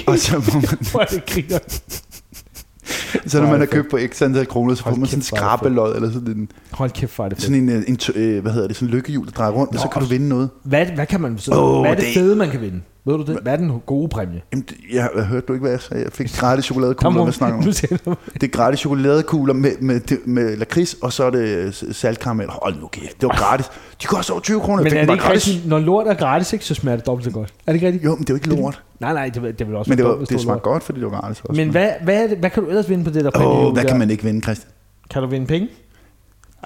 B: og så må man
A: Hvor er det griner? Hvor
B: Så når
A: er
B: man har
A: det
B: købt på x antal kroner, så får
A: Hold
B: man sådan en
A: kæft, hvor er det fedt.
B: skrabelod, eller sådan en,
A: Hold kæft, for det fedt.
B: sådan en, øh, en tø- øh, hvad hedder det, sådan en lykkehjul, der drejer rundt, og så
A: Nå,
B: kan du vinde noget.
A: Hvad, hvad kan man så?
B: Åh,
A: hvad er det
B: det-
A: fede, man kan vinde? Ved du det? Hvad er den gode præmie?
B: Jamen, det- jeg, jeg hørte du ikke, hvad jeg sagde? Jeg fik gratis
A: Der
B: chokoladekugler,
A: må,
B: hvad snakker du
A: nu
B: om?
A: siger du,
B: Det er gratis chokoladekugler med, med, med, med lakrids, og så er det øh, s- saltkaramel. Hold nu kæft, det var gratis. De koster over 20 kroner, jeg
A: men
B: fik
A: er
B: dem
A: det
B: bare
A: ikke
B: gratis.
A: rigtigt, når lort er gratis, ikke, så smager det dobbelt så godt? Er det ikke rigtigt?
B: Jo, men det er jo ikke lort.
A: Nej, nej, det, vil- det vil også
B: Men det,
A: være
B: var,
A: dumt, hvis
B: det
A: var
B: smagte
A: lort.
B: godt, fordi det var gratis også.
A: Men hvad, hvad, er det, hvad kan du ellers vinde på det der præmie?
B: Åh,
A: Julia?
B: hvad kan man ikke vinde, Christian?
A: Kan du vinde penge?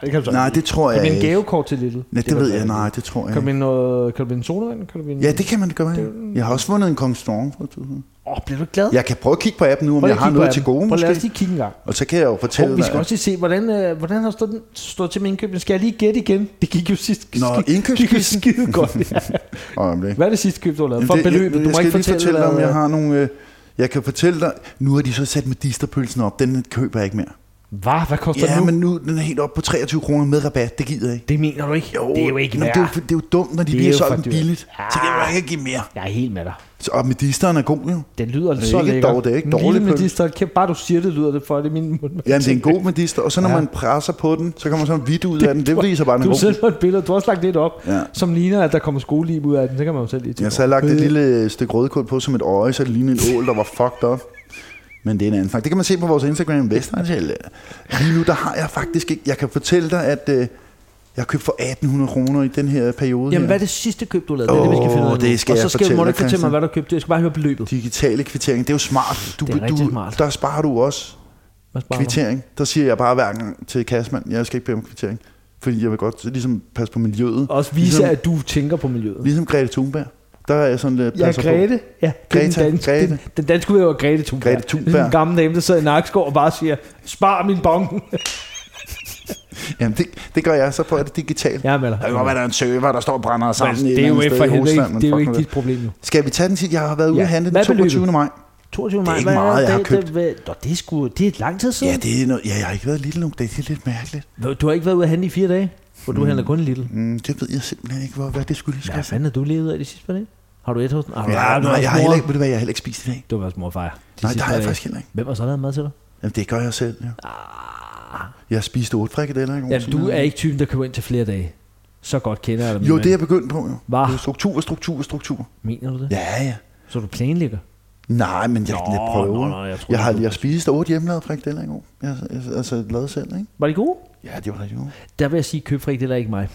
A: Nej, det kan du så
B: Nej,
A: ikke.
B: det tror
A: Kan
B: jeg
A: du vinde
B: ikke.
A: gavekort til Little?
B: Nej, det ved jeg, nej, det tror jeg
A: Kan du
B: ikke.
A: vinde, noget, kan du vinde sodavand? Kan du vinde...
B: Ja, det kan man gøre. ja. Jeg har også vundet en Kong Strong for 2000.
A: Åh, bliver du glad?
B: Jeg kan prøve at kigge på appen nu, om
A: Prøv lige
B: jeg
A: at
B: har
A: kigge på
B: noget
A: appen.
B: til gode
A: Prøv lad os
B: måske.
A: lige kigge en gang.
B: Og så kan jeg jo fortælle
A: Hov, vi skal
B: dig-
A: også lige se, hvordan, øh, hvordan har stået, den, stået til med indkøbslen. Skal jeg lige gætte igen? Det gik jo sidst.
B: Nå,
A: gik- gik jo
B: indkøbsquizzen.
A: skide godt. Ja.
B: Øjeblik.
A: Hvad er det sidste køb, du har lavet?
B: Jamen,
A: For
B: det-
A: beløbet, du
B: jeg
A: må
B: skal
A: ikke
B: lige
A: fortælle.
B: fortælle dig, om
A: hvad-
B: jeg har nogle... Øh, jeg kan fortælle dig, nu har de så sat med medisterpølsen op. Den køber jeg ikke mere.
A: Hvad? Hvad koster
B: Ja,
A: den nu?
B: men nu den er helt op på 23 kroner med rabat. Det gider jeg ikke.
A: Det mener du ikke? det er jo ikke
B: Nå,
A: værd.
B: det, er jo, det er jo dumt, når de
A: Det er
B: lige har
A: jo for
B: solgt den
A: dyrt. Ah.
B: billigt. Så kan jeg jo ikke give mere.
A: Jeg er helt med dig.
B: Så, og medisteren er god jo.
A: Den lyder
B: Det er
A: så
B: ikke
A: lækker.
B: dårligt, det er ikke
A: En lille
B: dårligt pølse.
A: medister, kæft, bare du siger det, lyder det for, det er min mund.
B: Jamen, det er en god medister. Og så når
A: Ja.
B: man presser på den, så kommer sådan en hvidt ud af den. Det viser bare, den er
A: Du
B: god.
A: sidder på et billede, du har også lagt lidt op,
B: Ja.
A: ja. som ligner, at der kommer skolelib ud af den. Så kan man jo selv lige Øh,
B: Ja, så har jeg lagt et lille øh, stykke rødkål på som et øje, så det lignede en ål, der var fucked up. Men det er en anden snak. Det kan man se på vores Instagram, Vestegnsel. Lige nu, der har jeg faktisk ikke... Jeg kan fortælle dig, at øh, jeg har købt for 1800 kroner i den her periode
A: Jamen,
B: her.
A: hvad er det sidste køb, du har lavet? Det er det, vi skal finde ud af
B: Åh, det
A: nu.
B: skal
A: Og så
B: jeg
A: skal du må
B: fortælle
A: du ikke fortælle
B: dig,
A: mig,
B: Christian.
A: hvad du har købt. Jeg skal bare høre beløbet.
B: Digitale kvittering, det er jo smart. Du,
A: Det er
B: du,
A: rigtig smart.
B: Der sparer du også
A: Hvad sparer du?
B: kvittering. Der siger jeg bare hver gang til Kasman, jeg skal ikke bede om kvittering. Fordi jeg vil godt ligesom passe på miljøet.
A: Også vise,
B: ligesom,
A: at du tænker på miljøet.
B: ligesom Grete Thunberg. Der er jeg sådan lidt
A: Ja,
B: passer på.
A: Grete. Ja, det er
B: Greta,
A: den, danske,
B: Grete.
A: den, den danske udøver Grete Thunberg.
B: Grete Thunberg.
A: Det er en gammel dame, der sidder i Nakskov og bare siger, spar min bong.
B: Jamen, det, det gør jeg, så får jeg det digitalt.
A: ja, med dig.
B: Der kan godt være, der er en server, der står og brænder sammen
A: Men
B: i et
A: det er jo
B: eller andet
A: ikke,
B: sted
A: for
B: i
A: helvede
B: Rusland,
A: ikke,
B: men
A: det er jo
B: fuck
A: ikke
B: nu
A: dit problem nu.
B: Skal vi tage den sidste? Jeg har været ude
A: Ja.
B: at handle den
A: Hvad er beløbet?
B: 22. maj.
A: 22. maj.
B: ikke meget, jeg har købt.
A: Det, Nå, det, er sgu, det er et lang tid siden.
B: Ja, det er noget, ja, jeg har ikke været lille nok. Det er lidt mærkeligt.
A: Du har ikke været ude at handle i fire dage? Hvor du mm. handler kun Lidl.
B: Mm, det ved jeg simpelthen ikke, hvor, hvad det skulle
A: Hvad
B: skal.
A: fanden har du levet af de sidste par dage? Har du et hos den? Har du,
B: Ja,
A: har du
B: nej,
A: også
B: jeg har heller
A: mor-
B: ikke, ved du hvad, jeg har heller ikke spist i dag.
A: Det var vores morfar. De
B: Nej,
A: sidste
B: det har
A: par
B: jeg
A: dage.
B: faktisk heller ikke.
A: Hvem har så lavet mad til dig?
B: Jamen, det gør jeg selv, ja.
A: Ah.
B: Jeg spiste otte frikadeller i går.
A: Jamen, Altså, du er ikke typen, der køber ind til flere dage. Så godt kender jeg dig. min
B: Jo,
A: ven.
B: det er jeg begyndt på, jo.
A: Hva?
B: Det er Struktur, struktur, struktur.
A: Mener du det?
B: Ja, ja.
A: Så du planlægger?
B: Nej, men jeg,
A: Nå,
B: jeg prøver.
A: nå, nå, jeg tror,
B: jeg, har,
A: du-
B: jeg spiste otte hjemmelavede frikadeller i går. Jeg, jeg, altså, lavet selv, ikke?
A: Var det gode?
B: Ja, det var rigtig gode.
A: Der vil jeg sige, køb frik, det er ikke mig.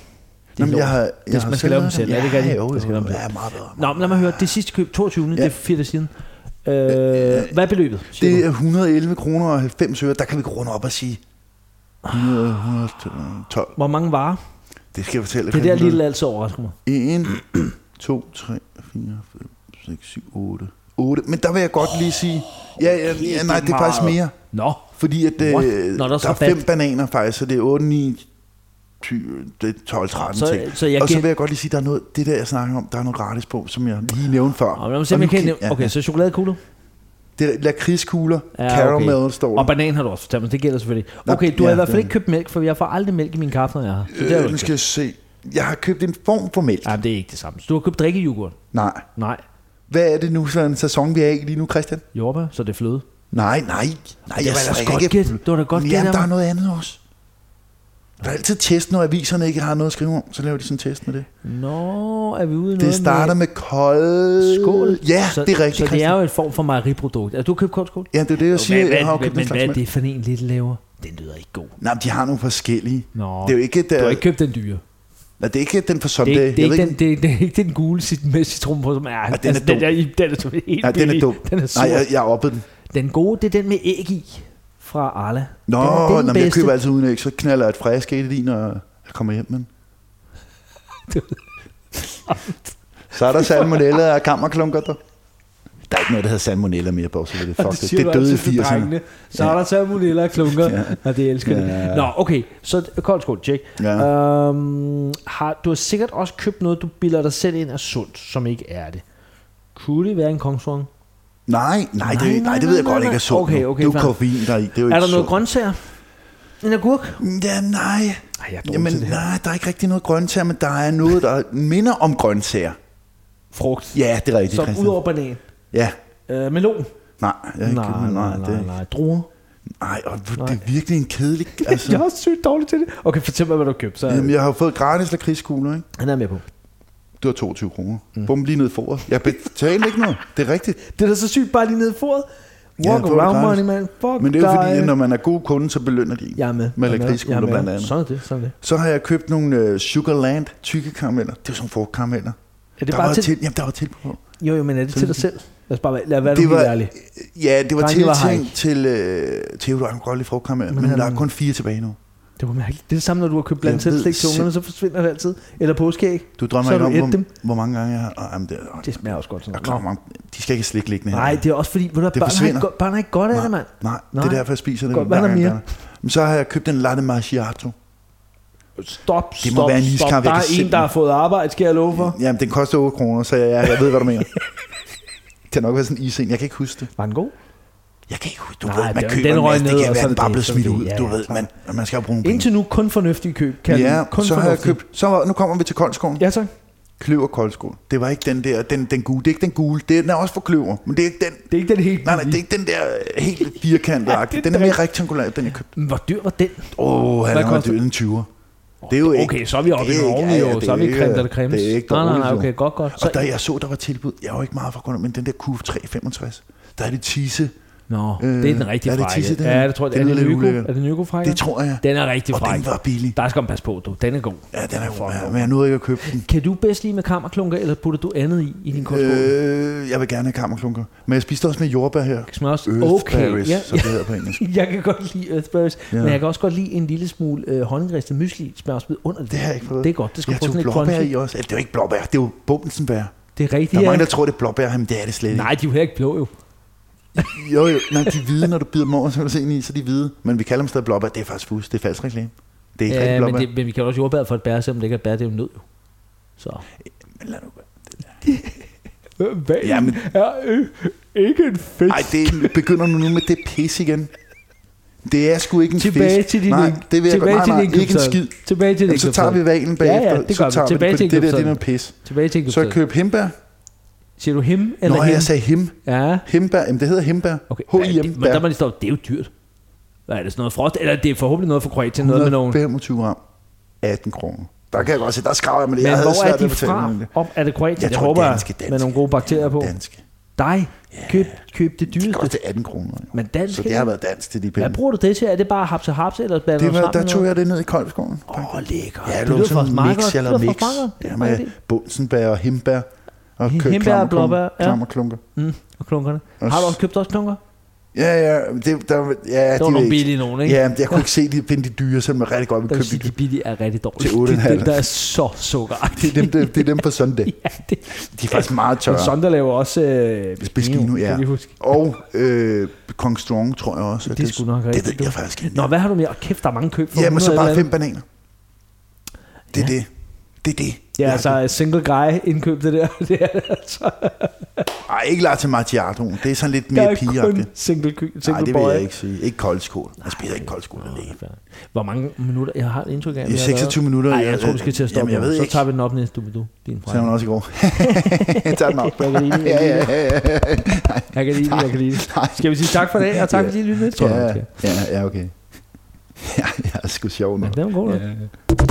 A: Det er
B: Jamen, jeg
A: lort.
B: har, jeg
A: Hvis
B: har
A: man skal lave dem selv,
B: lavet
A: er det ikke
B: Ja,
A: rigtigt?
B: jo,
A: Man skal lave
B: jo,
A: dem selv.
B: ja, meget bedre.
A: Nå, men lad mig høre. Det sidste køb, 22. Ja. Det er fire dage siden. Øh, hvad er beløbet? siger
B: Det
A: du?
B: er 111 kroner og 90 øre. Der kan vi gå rundt op og sige 100, 112.
A: Hvor mange varer?
B: Det skal jeg fortælle.
A: Det der lille altså overrasker mig.
B: 1, 2, 3, 4, 5, 6, 7, 8. 8. Men der vil jeg godt lige sige... Ja, ja, ja nej, det er faktisk mere.
A: Nå,
B: Fordi at, øh,
A: What? Nå,
B: der,
A: der er
B: der er
A: så
B: fem
A: fat.
B: bananer faktisk, så det er 8, 9, 20, det er 12, 13
A: Så-
B: ting.
A: så jeg
B: og så
A: gæt-
B: vil jeg godt lige sige, der er noget, det der, jeg snakker om, der er noget gratis på, som jeg lige nævnte før.
A: Nå, men lad mig se, om
B: nu
A: jeg kan
B: kig-
A: nævne. Okay,
B: ja.
A: så chokoladekugler.
B: Det der lakridskugler,
A: Ja,
B: ja,
A: okay.
B: caramel står
A: Og
B: der.
A: banan har du også fortalt mig, det gælder selvfølgelig. Okay, du
B: ja,
A: har i hvert fald
B: det-
A: ikke købt mælk, for jeg får aldrig mælk i min kaffe, når jeg har. Så det er jo
B: Øh, nu
A: ikke.
B: skal jeg se. Jeg har købt en form for mælk.
A: Jamen, det er ikke det samme. Så du har købt drikkejoghurt?
B: Nej.
A: Nej.
B: Hvad er det nu for en sæson, vi er i lige nu, Christian?
A: Jordbær, så det er fløde.
B: Nej, nej. nej
A: Det var ellers
B: drikker
A: godt
B: ikke-
A: gæt. Det var da godt gæt af
B: Jamen, der er
A: mig.
B: noget andet også. Der er altid test, når aviserne ikke har noget at skrive om, så laver de sådan en test med det.
A: Nå, er vi ude i noget
B: Det starter med kold...
A: med skål?
B: Ja,
A: så,
B: det er rigtigt,
A: Så det er
B: Christian.
A: jo en form for mejeriprodukt. Altså, du har købt kold skål?
B: Ja, det er det, jeg siger.
A: hvad,
B: Jeg har jo
A: hvad,
B: købt
A: men
B: en
A: hvad er
B: slags mælk.
A: det for en, Lidl laver? Den lyder ikke god.
B: Nej, men de har nogle forskellige.
A: Nå,
B: Det er jo ikke,
A: du
B: der,
A: har ikke købt den dyre.
B: Nej, det er ikke den for
A: Det
B: Sunday.
A: er, ikke, det, er
B: Jeg ved
A: ikke den, det, er, det er ikke den gule sit- med citron på, som er... Ja,
B: den er
A: altså, den,
B: dum.
A: der, i- den er, som helt
B: Nej, den er
A: billig.
B: dum.
A: Den er sur.
B: Nej, jeg, jeg oppede den.
A: Den gode, det er den med æg i fra Arla.
B: Nå,
A: den er den
B: når jeg
A: bedste.
B: køber altid uden æg, så knaller jeg et frisk æg i, når jeg kommer hjem. Men. så er der salmonella og kammerklunker, der. Der er ikke noget, der hedder salmonella mere, Bosse. Det, er
A: Og
B: fuck det,
A: siger
B: det
A: du
B: døde i
A: altid til
B: 80'erne.
A: drengene. Så er der salmonella og klunker, ja. og det elsker de.
B: Ja.
A: Nå, okay, så kold skål, tjek.
B: Ja.
A: Øhm, har, du har sikkert også købt noget, du bilder dig selv ind af sundt, som ikke er det. Kunne det være en kongsvogn?
B: Nej, nej, det, nej, det ved jeg
A: nej,
B: godt
A: nej.
B: ikke er sundt.
A: Okay,
B: nu.
A: okay,
B: det er
A: fair.
B: jo koffein, der er i. Det er, jo
A: Er
B: ikke
A: der noget
B: sundt. Mm,
A: grøntsager? En agurk?
B: Ja, nej.
A: Ej, jeg er dårlig
B: Jamen,
A: til det her.
B: nej, der er ikke rigtig noget grøntsager, men der er noget, der minder om grøntsager.
A: Frugt.
B: Ja, det er rigtigt,
A: Som
B: Christian.
A: udover banan.
B: Ja,
A: Øh, melon?
B: nej, jeg har ikke
A: Nej,
B: nej,
A: nej,
B: det er
A: nej,
B: ikke-
A: nej. Druer?
B: nej, og
A: Nej.
B: det er virkelig en kedelig... Altså,
A: Jeg er også sygt dårlig til det. Okay, fortæl mig, hvad du har købt. Så,
B: jamen, jeg har jo fået gratis lakridskugler, ikke?
A: han er med på.
B: Det var 22 kroner. Mm. Bum, lige ned i foråret. Jeg betalte ikke noget, det er rigtigt.
A: Det er da så sygt bare lige nede i foret.
B: Ja,
A: Walk
B: det
A: ja,
B: var
A: around
B: gratis.
A: money, man. Fuck
B: Men det er jo fordi, at
A: dig.
B: når man er god kunde, så belønner de en.
A: Jeg er med.
B: Med
A: Jeg er
B: lakridskugler
A: Jeg er med.
B: blandt andet.
A: Sådan er det, sådan er det.
B: Så har jeg købt nogle øh, Sugarland tykke karameller. Det er jo sådan frugtkarameller.
A: Er det
B: der,
A: bare
B: var
A: til,
B: til, jamen, der var til på.
A: Jo, jo, men er det til dig selv? Lad os bare være, lad være
B: det
A: det
B: var,
A: helt ærlig.
B: ja, det var
A: Drenge var her
B: tiltænkt til øh, Theodor, han kunne godt lide frugtkarameller,
A: Men
B: men, men
A: han-
B: der er kun fire tilbage nu.
A: Det var mærkeligt. Det er det samme, når du har købt blandt selv
B: Jeg ved
A: slik til
B: selv-
A: ungerne, så forsvinder det altid. Eller påskeæg.
B: Du drømmer
A: Så
B: ikke
A: har
B: om,
A: du ædt
B: hvor,
A: dem.
B: hvor mange gange jeg har... Oh, jamen, det, oh,
A: Det smager også godt sådan
B: jeg er
A: noget.
B: klar, mange, de skal ikke slikke liggende
A: Nå.
B: her.
A: Nej, det er også fordi, ved du, hvad, børn, har
B: forsvinder.
A: ikke, godt- børn har ikke godt af det, mand.
B: Nej,
A: Nej.
B: det er derfor, jeg spiser det.
A: Godt,
B: hver
A: hvad er der
B: gang,
A: mere?
B: er- Men så har jeg købt en latte macchiato.
A: Stop,
B: Det må
A: stop,
B: være en iskaffe,
A: stop.
B: jeg
A: Der er
B: kan
A: en,
B: simpelthen-
A: der har fået arbejde, skal jeg love for.
B: Jamen, den koster 8 kroner, så jeg, jeg ved, hvad du mener. det har nok været sådan en isen. Jeg kan ikke huske det.
A: Var den god?
B: Jeg kan ikke huske Du
A: Nej,
B: ved, man
A: den-
B: køber
A: den
B: den en
A: røg
B: masse.
A: ned,
B: Det
A: og
B: kan
A: så
B: være,
A: er
B: den
A: det
B: bare
A: det,
B: blev
A: så er
B: smidt
A: det
B: ud.
A: det. Ja,
B: Du
A: ja,
B: ved,
A: klar.
B: man, og man skal jo bruge nogle penge.
A: Indtil nu kun fornuftige køb. Kan jeg
B: Ja,
A: lide. kun
B: så har jeg
A: fornuftige.
B: købt... Så var, nu kommer vi til koldskoven.
A: Ja, tak.
B: Kløver koldskål. Det var ikke den der, den, den gule. Det er ikke den gule. Det er, den er også for kløver, men det er ikke den.
A: Det er ikke den helt
B: Nej, nej, det er
A: billige.
B: ikke den der øh, helt firkantede.
A: Ja, det er
B: den er mere
A: den.
B: rektangulær, den jeg købte.
A: Men Hvor dyr var den?
B: Åh, oh, han
A: Hvad
B: er
A: koster
B: dyr en 20'er. Det er jo ikke...
A: Okay, så er vi oppe i
B: det er
A: noget
B: ikke-
A: ordentligt,
B: ja, ja,
A: jo.
B: det
A: Så er vi
B: ikke-
A: creme eller cremes.
B: det er ikke
A: Nej, nej, nej,
B: dårligt, jo.
A: okay, godt, godt. Så,
B: Og da jeg så, der var tilbud, jeg var ikke meget for grund, men den der Q365, der er det tisse.
A: nå, det er den
B: Øh,
A: rigtige
B: er det
A: frække.
B: tisse, det her?
A: Ja, det tror jeg.
B: Det
A: Er
B: lyder
A: det
B: lidt
A: Nyko?
B: ulækkert.
A: Er det Nyko-frække?
B: Det tror jeg.
A: Den er rigtig
B: Og
A: fræk.
B: den var billig.
A: Der skal man passe på, du. Den er god.
B: Ja, den er
A: Fuck,
B: jo,
A: hvor-
B: men jeg nåede ikke at købe den.
A: Kan du bedst lide med kammerklunker, eller putter du andet i, i din kostskål? Øh,
B: Øh, jeg vil gerne have kammerklunker. Men jeg spiste også med jordbær her.
A: Smørs? Okay,
B: Earthberries,
A: ja,
B: som
A: ja.
B: det hedder på engelsk.
A: Jeg kan godt lide Earthberries, ja.
B: Ja.
A: men jeg kan også godt lide en lille smule øh, honninggristet mysli smørsbid under det.
B: Det har jeg ikke prøvet.
A: Det er godt. Det skal
B: jeg
A: du få
B: tog
A: sådan lidt
B: blåbær
A: crunchy.
B: i også. Ja, Det er jo ikke blåbær, det er jo bumsenbær.
A: Det er
B: Der
A: rigtigt,
B: er mange,
A: ja.
B: der tror, det er blåbær, men det er det slet ikke.
A: Nej, de er jo heller ikke blå, jo.
B: Jo, jo. Nej, de er hvide, når du bider dem over, så kan du se ind i, så er de hvide. Men vi kalder dem stadig blåbær. Det er faktisk fusk. Det er falsk reklame. Det er ikke ja, rigtig
A: Ja, men,
B: blåbær. Det...
A: det, men vi kan jo også jordbær for et bær, selvom det ikke er et bær, det er jo nød, jo. Så.
B: Men lad nu være.
A: Hvad
B: Jamen.
A: er øh, ikke en fisk?
B: Ej, det begynder nu nu med det pis igen. Det er sgu ikke en
A: Tilbage
B: fisk.
A: til din
B: nej,
A: ind-
B: det vil jeg
A: tilbage
B: godt.
A: til
B: Nej,
A: din
B: nej, ikke en
A: indkøbsseddel.
B: skid.
A: Tilbage til
B: Jamen, så tager vi valen
A: Ja, ja,
B: bagefter.
A: det gør
B: så
A: vi.
B: tager
A: Tilbage
B: det,
A: til
B: fordi det der det er
A: indkøbssedlen.
B: noget pis.
A: Tilbage til
B: Så
A: indkøbssedlen.
B: køb himbær.
A: Siger du him eller
B: Nå,
A: him?
B: jeg sagde him.
A: Ja.
B: Himbær. Jamen, det hedder himbær.
A: Okay. Hvad er det? Men der
B: H-I-M-bær.
A: må lige stå, det er jo dyrt. Hvad er det sådan noget frost? Eller det er forhåbentlig noget fra Kroatien, noget med nogen.
B: 25 gram. 18 kroner. Der kan jeg godt se, der skraver jeg med det.
A: Men
B: jeg havde
A: hvor er
B: svært ved
A: de
B: at fortælle
A: fra?
B: nogen det.
A: Op, er det Kroatien?
B: Jeg
A: det
B: tror,
A: håber
B: danske,
A: jeg, med
B: danske.
A: nogle gode bakterier på.
B: Danske.
A: Dig, køb, køb det
B: Det
A: dyreste.
B: koster 18 kroner. jo.
A: Men dansk,
B: Så det har været dansk til de penge.
A: hvad bruger du det til? Er det bare haps og haps, eller blander
B: Det
A: du
B: var,
A: sammen
B: der
A: med
B: tog
A: noget?
B: jeg det ned i Koldskoven.
A: Åh, oh, lækkert.
B: Ja, det lå sådan en mix, jeg lavede mix. Ja,
A: Ja,
B: med bunsenbær og himbær. Og
A: Him-
B: kø-
A: himbær og
B: klammerklunker-
A: blåbær, ja.
B: Klammerklunker.
A: Mm, og klunkerne.
B: Og
A: Har du
B: s-
A: også købt også klunker?
B: Ja, ja. Det, der, ja,
A: Det var nogle billige nogen, ikke?
B: Ja, men jeg kunne ikke se, de finde de dyre, selvom jeg rigtig godt
A: Der vil
B: ville købe de
A: sige, de
B: dyre.
A: billige er rigtig dårlige.
B: Til
A: det er
B: 8,5.
A: dem, der er så sukkeragtige.
B: Det er dem, det, det er dem på Sunday.
A: ja, det,
B: De er faktisk meget
A: men
B: tørre.
A: Sonder laver også øh,
B: Biskino, ja.
A: Kan vi huske.
B: Og øh, Kong Strong, tror jeg også. at
A: Det er sgu nok
B: Det
A: rigtigt,
B: ved jeg faktisk ikke.
A: Nå, hvad har du mere? Åh, Kæft, der er mange køb for
B: Ja, men
A: 100
B: så
A: eller
B: bare
A: andet.
B: fem bananer. Det er det. Det er det.
A: Ja, altså single guy indkøb det der. Det er, altså,
B: Ej, ikke Latte Macchiatoen. Det er sådan lidt
A: der
B: mere
A: er
B: pigeagtigt.
A: kun single, ky- single
B: Nej, det
A: boy.
B: vil jeg ikke sige. Ikke koldskål. Jeg spiser ikke koldskål alene.
A: Fair. Hvor mange minutter? Jeg har et indtryk af, at
B: I
A: vi har været-
B: 26 minutter,
A: Nej, jeg
B: jeg-
A: tror, vi skal til at stoppe.
B: Jamen, jeg
A: nu.
B: ved
A: så
B: ikke.
A: tager vi den op næste uge, du. Din
B: Så er hun
A: fejl.
B: også i går. Jeg tager den op.
A: Jeg kan lide den,
B: Ja, ja,
A: jeg
B: ja, ja.
A: Jeg kan lide den, jeg kan lide den.
B: Nej.
A: Skal vi sige tak for det, og tak fordi I lyttede med? Tror jeg, vi
B: Ja,
A: skal.
B: ja, ja, okay. Ja, jeg er sgu sjov nu.
A: Ja, det var god nok.
B: Ja, ja.